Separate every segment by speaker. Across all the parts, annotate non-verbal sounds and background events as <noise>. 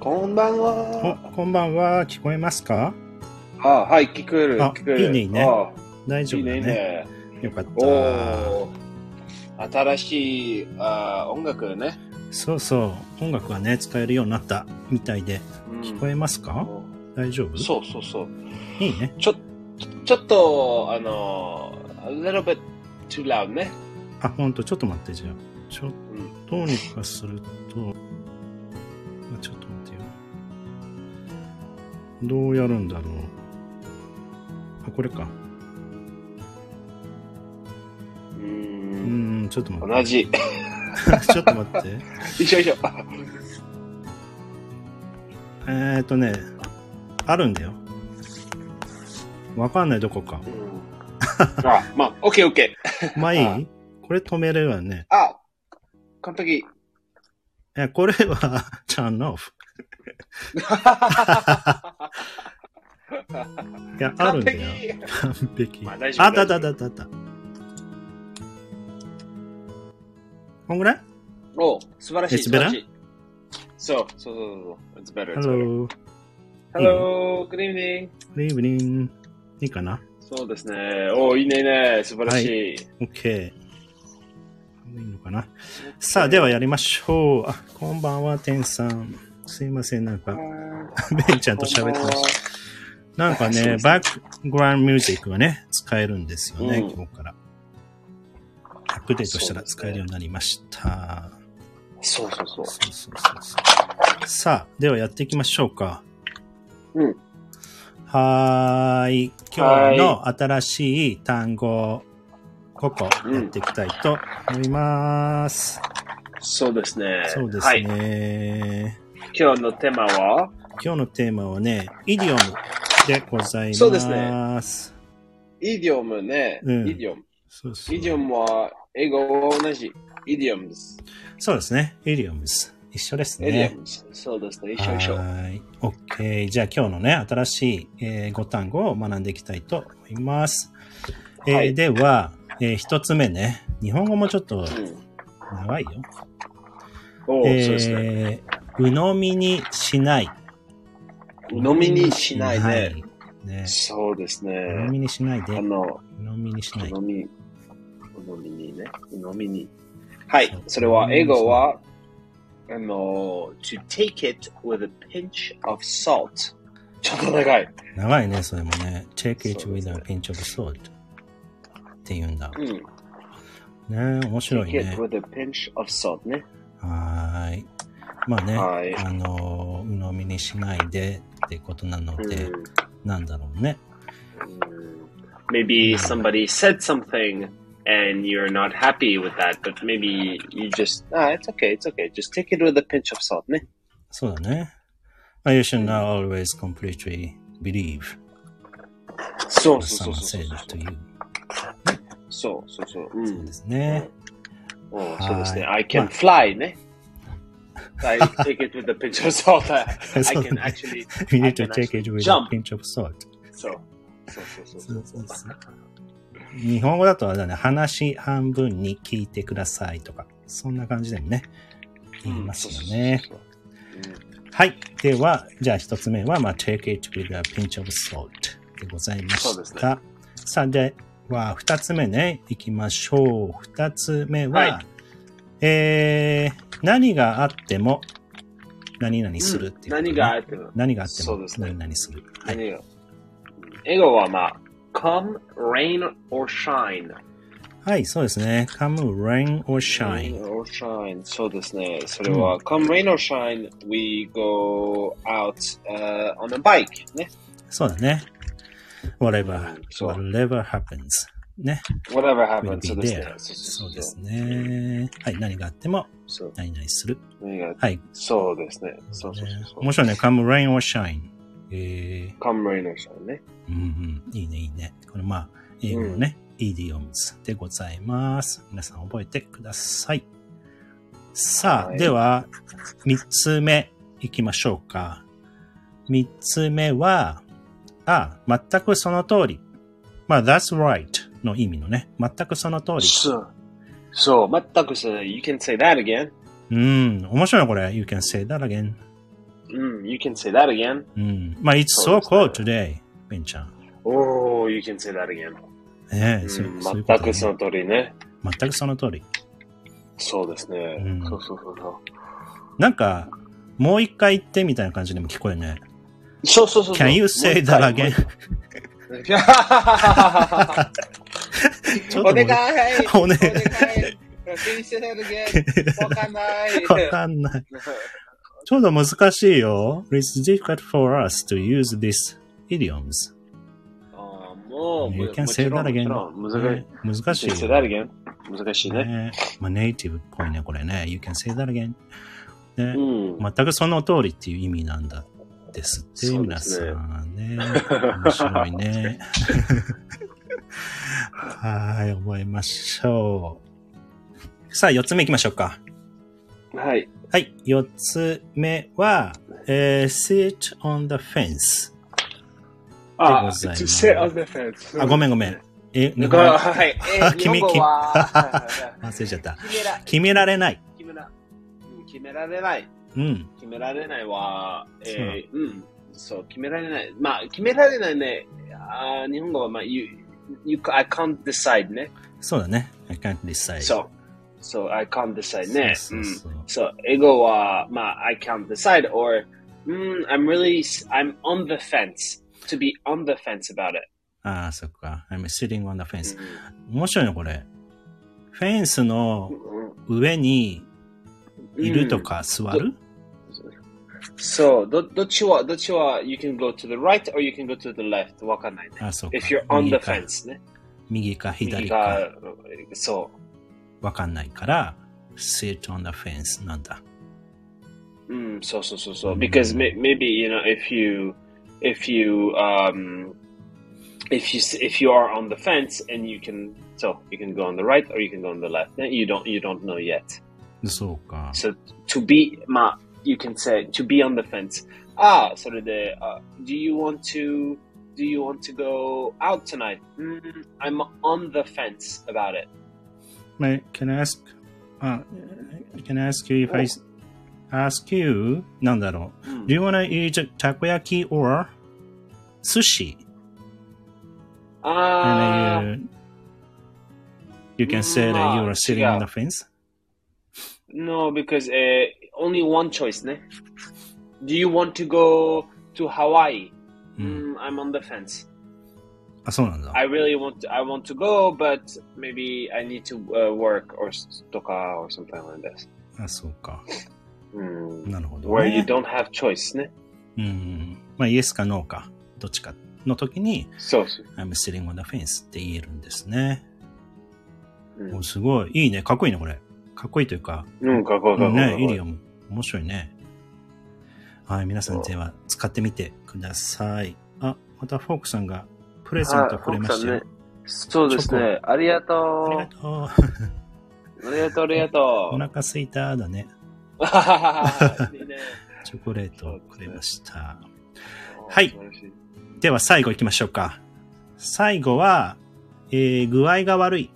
Speaker 1: こんばん
Speaker 2: お
Speaker 1: は。、
Speaker 2: こんばんは。聞こえますか
Speaker 1: あ、はい、聞こえる。
Speaker 2: あ
Speaker 1: 聞こえる。
Speaker 2: いいねいいね
Speaker 1: あ
Speaker 2: 大
Speaker 1: い
Speaker 2: 丈
Speaker 1: い
Speaker 2: 夫だ
Speaker 1: ね、いい
Speaker 2: ね。
Speaker 1: ね。
Speaker 2: よかった。
Speaker 1: おー新しいあ音楽ね。
Speaker 2: そうそう。音楽はね、使えるようになったみたいで。聞こえます
Speaker 1: た
Speaker 2: か大丈夫
Speaker 1: そうそうそう。
Speaker 2: いいね。
Speaker 1: ちょ、ちょっと、あの、a little bit too loud ね。
Speaker 2: あ、ほんと、ちょっと待って、じゃあ。ちょ
Speaker 1: う
Speaker 2: っ
Speaker 1: ん
Speaker 2: とどうにかすると、あちょっと待ってよ。どうやるんだろう。あ、これか。
Speaker 1: う。
Speaker 2: うんーん、ちょっと待って。
Speaker 1: 同じ。
Speaker 2: <laughs>
Speaker 1: <laughs>
Speaker 2: ちょっと待って。
Speaker 1: 一緒一緒。
Speaker 2: えーっとね、あるんだよ。わかんない、どこか
Speaker 1: う。んあ、まあ、オッケーオッケー。
Speaker 2: まあい
Speaker 1: あ
Speaker 2: いこれ止めれるわね。
Speaker 1: あ、完璧。
Speaker 2: え、これは、 <laughs> チャン
Speaker 1: <laughs>
Speaker 2: オフ。いや、あるんだよ。完璧。
Speaker 1: ま
Speaker 2: あ
Speaker 1: あ
Speaker 2: だ
Speaker 1: 大丈夫
Speaker 2: だだだだだ。こんぐらい
Speaker 1: お素晴らしい。
Speaker 2: It's
Speaker 1: 素晴らしい。そう、そうそうそう。It's better. it's better.
Speaker 2: ?Hello,
Speaker 1: Hello, good evening.
Speaker 2: good evening. いいかな
Speaker 1: そうですね。おいいねいいね。素晴らしい。
Speaker 2: ?OK。いいのかなさあ、ではやりましょう。あ、こんばんは、てんさん。すいません、なんか、ベンちゃんと喋ってまし
Speaker 1: た。
Speaker 2: た。なん
Speaker 1: <laughs> そう
Speaker 2: かね、
Speaker 1: ですね
Speaker 2: バックグラウンドミュージックがね、使えるんですよね、
Speaker 1: うん
Speaker 2: 今日から。アップデートしたら使えるようになりました。
Speaker 1: そうそうそう。
Speaker 2: そうそうそうそうさあ、ではやっていきましょうか。
Speaker 1: うん。
Speaker 2: はーい。今日の新しい単語、ここ
Speaker 1: うん
Speaker 2: やっていきたいと思います。
Speaker 1: そうですね。
Speaker 2: そうです
Speaker 1: はい。
Speaker 2: ね、
Speaker 1: 今日のテーマは、
Speaker 2: 今日のテーマはね、イディオムでございます。
Speaker 1: そうですイディオムね。
Speaker 2: うん
Speaker 1: イディオム。
Speaker 2: そうそう
Speaker 1: イディオムは、英語は同じ。イディオムです。
Speaker 2: そうですね。イディオムズ。一緒ですね。
Speaker 1: イディオムです。そうですね。一緒一緒。
Speaker 2: はい。OK。じゃあ今日のね、新しい、えー、語単語を学んでいきたいと思います。えー
Speaker 1: はい
Speaker 2: では、えー一つ目ね。日本語もちょっと
Speaker 1: うん。
Speaker 2: 長いよ。
Speaker 1: お
Speaker 2: え
Speaker 1: ーそうですね。
Speaker 2: ー鵜呑みにしない。
Speaker 1: 飲みにしないね。
Speaker 2: ね。
Speaker 1: そうですね。
Speaker 2: 鵜呑みにしないで。
Speaker 1: あ
Speaker 2: 鵜
Speaker 1: の、
Speaker 2: 呑みにしない。
Speaker 1: 飲み、飲みにね。飲みに。はい。それは、英語は、あの、to take it with a pinch of salt。ちょっと長い。
Speaker 2: 長いね、それもね。check it
Speaker 1: そうです
Speaker 2: with
Speaker 1: ね
Speaker 2: a pinch of salt って言うんだ。
Speaker 1: うん。
Speaker 2: ね面白い
Speaker 1: take
Speaker 2: ね
Speaker 1: it。with a pinch of salt ね。
Speaker 2: はーい。まあね、
Speaker 1: はい
Speaker 2: あのー、鵜呑みにしないでってことなの
Speaker 1: うん
Speaker 2: で、なんだろうね。
Speaker 1: うん Maybe somebody said something and you're not happy with that, but maybe you just, ah, it's okay, it's okay. Just take it with a pinch of salt ね。
Speaker 2: そうだね。まあ you should not always completely believe
Speaker 1: そ
Speaker 2: what
Speaker 1: うそう
Speaker 2: someone
Speaker 1: そう
Speaker 2: said
Speaker 1: そう。
Speaker 2: to you.
Speaker 1: そうそうそう。う
Speaker 2: そうんで。すね。
Speaker 1: おそうですね。
Speaker 2: は
Speaker 1: I
Speaker 2: い
Speaker 1: can fly ね。I take it with a pinch of salt. <laughs> I
Speaker 2: そう
Speaker 1: can
Speaker 2: だね
Speaker 1: actually.
Speaker 2: We need
Speaker 1: I
Speaker 2: to
Speaker 1: can
Speaker 2: take it
Speaker 1: actually
Speaker 2: with a
Speaker 1: jump.
Speaker 2: pinch of salt.
Speaker 1: そう。そうそうそうそう。
Speaker 2: 日本語だとあれだね、話半分に聞いてくださいとか、そんな感じでもね、言
Speaker 1: Hmm.
Speaker 2: いますよね。
Speaker 1: そうそうそう
Speaker 2: はい。では、じゃあ一つ目は、まあ、take it with a pinch of salt でございま
Speaker 1: そうで
Speaker 2: し
Speaker 1: す
Speaker 2: た。さあ、では、二つ目ね、いきましょう。二つ目は、
Speaker 1: はい
Speaker 2: えー、何があっても、何々
Speaker 1: うん
Speaker 2: するっていうことね、
Speaker 1: 何があっても。
Speaker 2: 何があって
Speaker 1: そ
Speaker 2: も
Speaker 1: うですね
Speaker 2: 何々する。はい。
Speaker 1: 何が。英語はまあ、come, rain or shine.
Speaker 2: はい、そうですね。come rain or shine. Hmm.
Speaker 1: Rain or shine. そうですね。それは、come, rain or shine, we go out、uh, on a bike ね。
Speaker 2: そうだね。whatever,
Speaker 1: そう
Speaker 2: whatever happens. ね。
Speaker 1: Whatever
Speaker 2: will
Speaker 1: happens. そ
Speaker 2: be
Speaker 1: うですね
Speaker 2: there.。そうです
Speaker 1: ね。
Speaker 2: ね。はい、何があっても、
Speaker 1: そう。
Speaker 2: 何々する。
Speaker 1: 何が
Speaker 2: はい。
Speaker 1: そうですね。そうそうそうそう。
Speaker 2: 面白いね。come rain or shine. え
Speaker 1: カムレイナーさんね。
Speaker 2: ー、うんうん。いいね、いいね。これまあ、英語のね、イディオムズでございます。皆さん覚えてください。さあ、
Speaker 1: はい
Speaker 2: では、三つ目行きましょうか。三つ目は、あ、全くその通り。まあ、that's right の意味のね、全くその通り。
Speaker 1: そう。そう、全くそう。You can say that again.
Speaker 2: うん、面白いなこれ。You can say that again.
Speaker 1: うん Mm, you can say that again.
Speaker 2: うん。まあ、it's so
Speaker 1: そう
Speaker 2: cold
Speaker 1: です
Speaker 2: today, ベンちゃん。
Speaker 1: Oh, you can say that again.
Speaker 2: ね
Speaker 1: う
Speaker 2: え、
Speaker 1: ん
Speaker 2: そうそういう
Speaker 1: 全
Speaker 2: ことね
Speaker 1: くその通りね。
Speaker 2: 全くその通り。
Speaker 1: そうですね。
Speaker 2: うん
Speaker 1: そうそうそうそう。
Speaker 2: なんか、もう一回言ってみたいな感じにも聞こえるね。
Speaker 1: そうそうそうそう。
Speaker 2: Can you say that
Speaker 1: もう一回 <laughs>
Speaker 2: again? <laughs> ちょ
Speaker 1: お
Speaker 2: っともう
Speaker 1: 願い
Speaker 2: お願い
Speaker 1: お願い Can you say that again?
Speaker 2: <laughs>
Speaker 1: わかんない
Speaker 2: わかんない。ちょっと難しいよ。It's difficult for us to use these idioms.
Speaker 1: あーもう、
Speaker 2: You
Speaker 1: も
Speaker 2: can
Speaker 1: ち
Speaker 2: say
Speaker 1: ろん
Speaker 2: that
Speaker 1: もちろ
Speaker 2: again.
Speaker 1: ん難しい。Can
Speaker 2: ね難し
Speaker 1: you
Speaker 2: い
Speaker 1: say
Speaker 2: よ。
Speaker 1: that again? 難しいね。
Speaker 2: ねまあ、ネイティブっぽいね、これね。You can say that again. ね
Speaker 1: うん。
Speaker 2: 全くその通りっていう意味なんだですって、
Speaker 1: そうで
Speaker 2: 皆
Speaker 1: す
Speaker 2: さ
Speaker 1: ね
Speaker 2: んね。面白いね。はい、覚えましょう。さあ、四つ目行きましょうか。
Speaker 1: はい。
Speaker 2: はい、四つ目は、えー sit on the fence。
Speaker 1: あ、
Speaker 2: ございます
Speaker 1: to sit on the fence.
Speaker 2: あ、ごめんごめん。え、日
Speaker 1: だ
Speaker 2: 本
Speaker 1: から
Speaker 2: <laughs> 語
Speaker 1: はい。え
Speaker 2: あ
Speaker 1: ー日本語は、
Speaker 2: 忘れちゃった。
Speaker 1: 決めら、
Speaker 2: 決められない。
Speaker 1: 決めら、うん決められない。
Speaker 2: うん。
Speaker 1: 決められないは、えー、うん。そう、決められない。まあ、決められないね。あー日本語は、まあ、you, you, I can't decide ね。
Speaker 2: そうだね。I can't decide.
Speaker 1: そう。そう、I can't decide mm. ね。
Speaker 2: そうそうそう
Speaker 1: うん。そう、英語は、まあ、I can't decide or, うん、I'm really, I'm on the fence. To be on the fence about it.
Speaker 2: ああ、そっか。I'm sitting on the fence.
Speaker 1: う
Speaker 2: 面白いね、これ。フェンスの
Speaker 1: んうん
Speaker 2: 上にいる
Speaker 1: Mm.
Speaker 2: とか座る、
Speaker 1: そう、どどっちは、どっちは、you can go to the right or you can go to the left. わかんないね。
Speaker 2: あ、そうか。
Speaker 1: If you're on the
Speaker 2: 右か
Speaker 1: fence ね。
Speaker 2: 右か左
Speaker 1: 右
Speaker 2: か
Speaker 1: が、そ
Speaker 2: わかんないから、sit on the fence なんだ。
Speaker 1: う。うん、そうそうそうそう。
Speaker 2: うん
Speaker 1: Because may- maybe, you know, if you, if you, um, if you, if you are on the fence and you can, so you can go on the right or you can go on the left. You don't, you don't know yet.
Speaker 2: そうか。
Speaker 1: So to be, まあ、you can say to be on the fence. Ah, ああ、それで、あ uh, do you want to, do you want to go out tonight? うん、I'm on the fence about it.
Speaker 2: My, can I ask, あ can I ask you if I s- ask you, なんだろ
Speaker 1: うん
Speaker 2: う。Do you wanna eat たこ焼き or 寿司
Speaker 1: ああ
Speaker 2: And you, you can say that you are sitting on the fence?
Speaker 1: No, because uh, only one choice, ne? Do you want to go to Hawaii?
Speaker 2: う
Speaker 1: Mm, I'm on the fence.
Speaker 2: あ、そうなんだ。
Speaker 1: I really want to, I want to go, but maybe I need to uh, work or s- toka or something like this.
Speaker 2: あ、そうか。
Speaker 1: Mm.
Speaker 2: なるほど、ね。
Speaker 1: Where you don't have choice, ne?
Speaker 2: うん。まあ、イエスかノーか、どっちかの時に、
Speaker 1: So, so-
Speaker 2: I'm sitting on the fence って言えるんですね。
Speaker 1: mm.
Speaker 2: おすごい。いいね。かっこいいね、これ。かっこいいというか、
Speaker 1: Mm, go, go, go,
Speaker 2: ね、
Speaker 1: go,
Speaker 2: イ
Speaker 1: go.
Speaker 2: ディオム。面白いね。はい、皆さん、では使ってみてください。あ、またフォークさんがプレゼントくれましたよ。ありが
Speaker 1: そうですね。ありがとう。
Speaker 2: とう。お
Speaker 1: ありがとう、ありがとう。
Speaker 2: 腹すいただね。
Speaker 1: <laughs> いいね。
Speaker 2: チョコレートをくれました。はい。では最後行きましょうか。最後は、えー、具合が悪い。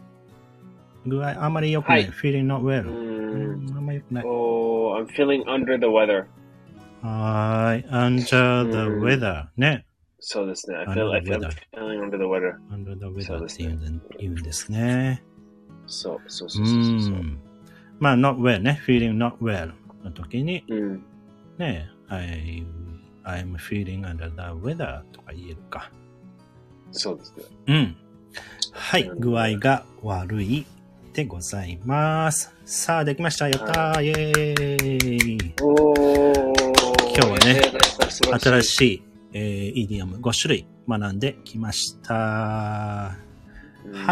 Speaker 2: 具合あんまり良くない。
Speaker 1: はい
Speaker 2: feeling not well.
Speaker 1: 素晴らしい。うん。
Speaker 2: うんあんまり良くない。
Speaker 1: Oh, I'm feeling under the weather.
Speaker 2: はーい。under the
Speaker 1: うん
Speaker 2: weather. ね。
Speaker 1: そうですね。I
Speaker 2: Under
Speaker 1: feel,
Speaker 2: the
Speaker 1: I feel
Speaker 2: weather.
Speaker 1: feeling under the weather.
Speaker 2: under the
Speaker 1: そう
Speaker 2: weather
Speaker 1: で
Speaker 2: っ
Speaker 1: す
Speaker 2: てい
Speaker 1: ね
Speaker 2: うんだ言うんですね。
Speaker 1: そうそう
Speaker 2: う
Speaker 1: そうそうそう。
Speaker 2: ん。まあ、not well ね。feeling not well の時に、
Speaker 1: うん。
Speaker 2: ね。I, I'm feeling under the weather とか言えるか。
Speaker 1: そうですね。
Speaker 2: うん。はい。具合が悪いでございます。さあ、できました。やったー、イェーイ。
Speaker 1: おー。
Speaker 2: 今日はね
Speaker 1: やったやった素晴らしい
Speaker 2: 新しい、えー、イディオム5種類学んできました。は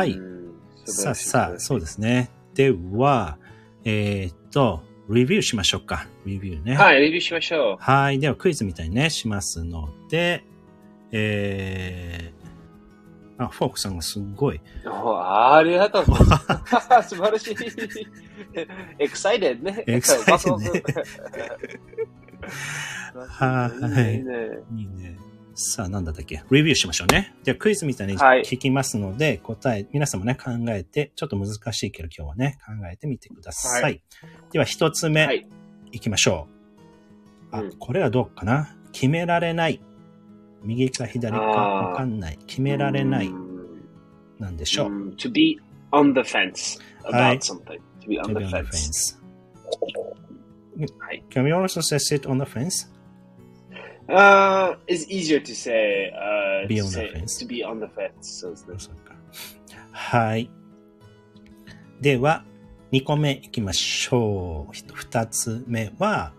Speaker 2: い
Speaker 1: うん素晴
Speaker 2: さ
Speaker 1: ら
Speaker 2: あ
Speaker 1: しい
Speaker 2: さあ、そうですね。では、えーっと、レビューしましょうか。レビューね。い。
Speaker 1: はい、レビューしましょ
Speaker 2: はい。では、クイズみたいにね、しますので、えー、あ、フォークさんがすごい。
Speaker 1: う。おーありがとう。 <laughs> 素晴らしい。エクサイテッドね。
Speaker 2: excited ね
Speaker 1: ワクワク
Speaker 2: はい
Speaker 1: いいねいいね
Speaker 2: いいね。さあ、なんだったっけレビューしましょうね。では、クイズみたいに
Speaker 1: はい
Speaker 2: 聞きますので、答え、皆さんもね、考えて、ちょっと難しいけど、今日はね、考えてみてください。
Speaker 1: は
Speaker 2: では、一つ目、
Speaker 1: はい
Speaker 2: い、きましょう。あ
Speaker 1: うん、
Speaker 2: これはどうかな決められない。右か左か
Speaker 1: あー
Speaker 2: わかんない。決められない。
Speaker 1: Mm,
Speaker 2: なんでしょう。
Speaker 1: mm, to be on the fence about
Speaker 2: Aye.
Speaker 1: something. To be on
Speaker 2: To be
Speaker 1: the
Speaker 2: on the
Speaker 1: fence.
Speaker 2: fence.
Speaker 1: Aye.
Speaker 2: Can we also say sit on the fence?
Speaker 1: Uh, it's easier to say, uh,
Speaker 2: Be
Speaker 1: to,
Speaker 2: on the
Speaker 1: say-
Speaker 2: fence.
Speaker 1: to be on the fence. So it's the
Speaker 2: そうかはい。では、2個目いきましょう。2つ目は、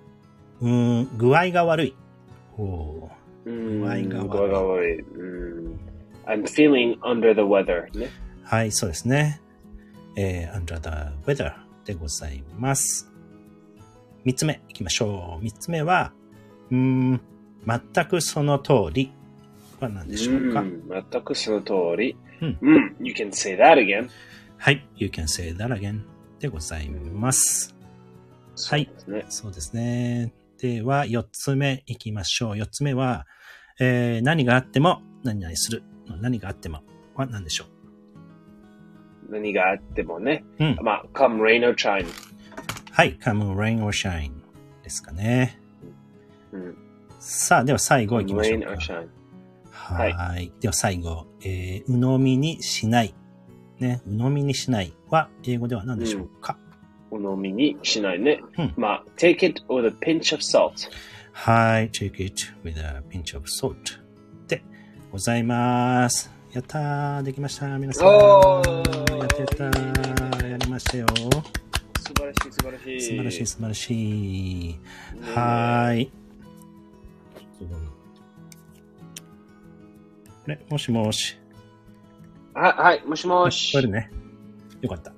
Speaker 2: うーん、具合が悪い。おー
Speaker 1: Mm,
Speaker 2: Guagawa.
Speaker 1: Guagawa. Mm. I'm feeling under the weather. ね。
Speaker 2: はい、そうですね。えー、under the weather でございます。3つ目いきましょう。3つ目は、うーん、全くその通りは何でしょうか。
Speaker 1: うん、全くその通り。
Speaker 2: うん
Speaker 1: うん、you can say that again.
Speaker 2: はい、you can say that again でございます。はい
Speaker 1: そうですね。
Speaker 2: そうですね。では、四つ目いきましょう。四つ目は、えー何があっても、何々する。何があっても、は何でしょ
Speaker 1: 何があってもね。
Speaker 2: う。うん。
Speaker 1: まあ、come rain or shine。
Speaker 2: はい。come rain or shine ですかね。
Speaker 1: うん、
Speaker 2: さあ、では最後いき
Speaker 1: come
Speaker 2: ましょう
Speaker 1: rain or
Speaker 2: か。
Speaker 1: shine。
Speaker 2: はーいでは最後、えー、鵜呑みにしない。ね。鵜呑みにしないは、英語では何でしょうか。
Speaker 1: お飲みにしないね。
Speaker 2: うん
Speaker 1: まあ、take it with a pinch of salt。
Speaker 2: はい。take it with a pinch of salt でございます。やったーできました皆さん。
Speaker 1: おー
Speaker 2: やってたーやりましたよ。
Speaker 1: 素晴らしい、素晴らしい。
Speaker 2: 素晴らしい、素晴らしい。
Speaker 1: ねえ
Speaker 2: はーい。ちょっとどうなのあれもしもし。
Speaker 1: ははい、もしも
Speaker 2: あ聞こえ
Speaker 1: し
Speaker 2: る。ね。よかった。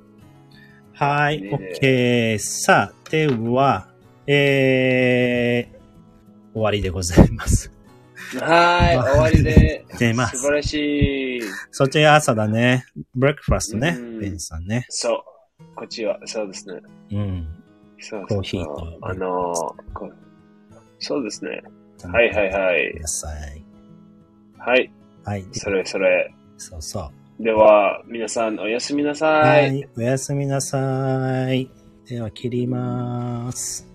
Speaker 2: はい、
Speaker 1: ね
Speaker 2: OK。さあ、では、えー、終わりでございます。
Speaker 1: はい、終わりで。
Speaker 2: 出ます
Speaker 1: 素晴らしい。
Speaker 2: そっち朝だね。ブレックファーストね
Speaker 1: うん。
Speaker 2: ベンさんね。
Speaker 1: そう。こっちは、そうですね。
Speaker 2: うん。
Speaker 1: そう
Speaker 2: コ
Speaker 1: そ
Speaker 2: ー
Speaker 1: うそ
Speaker 2: ヒー
Speaker 1: う
Speaker 2: と
Speaker 1: あのーこそうですね。はいはいはい
Speaker 2: く。ださい。
Speaker 1: はい、
Speaker 2: はい。
Speaker 1: それそれ。
Speaker 2: そうそう。
Speaker 1: では、皆さんおやすみなさい。
Speaker 2: はい。おやすみなさい。では、切ります。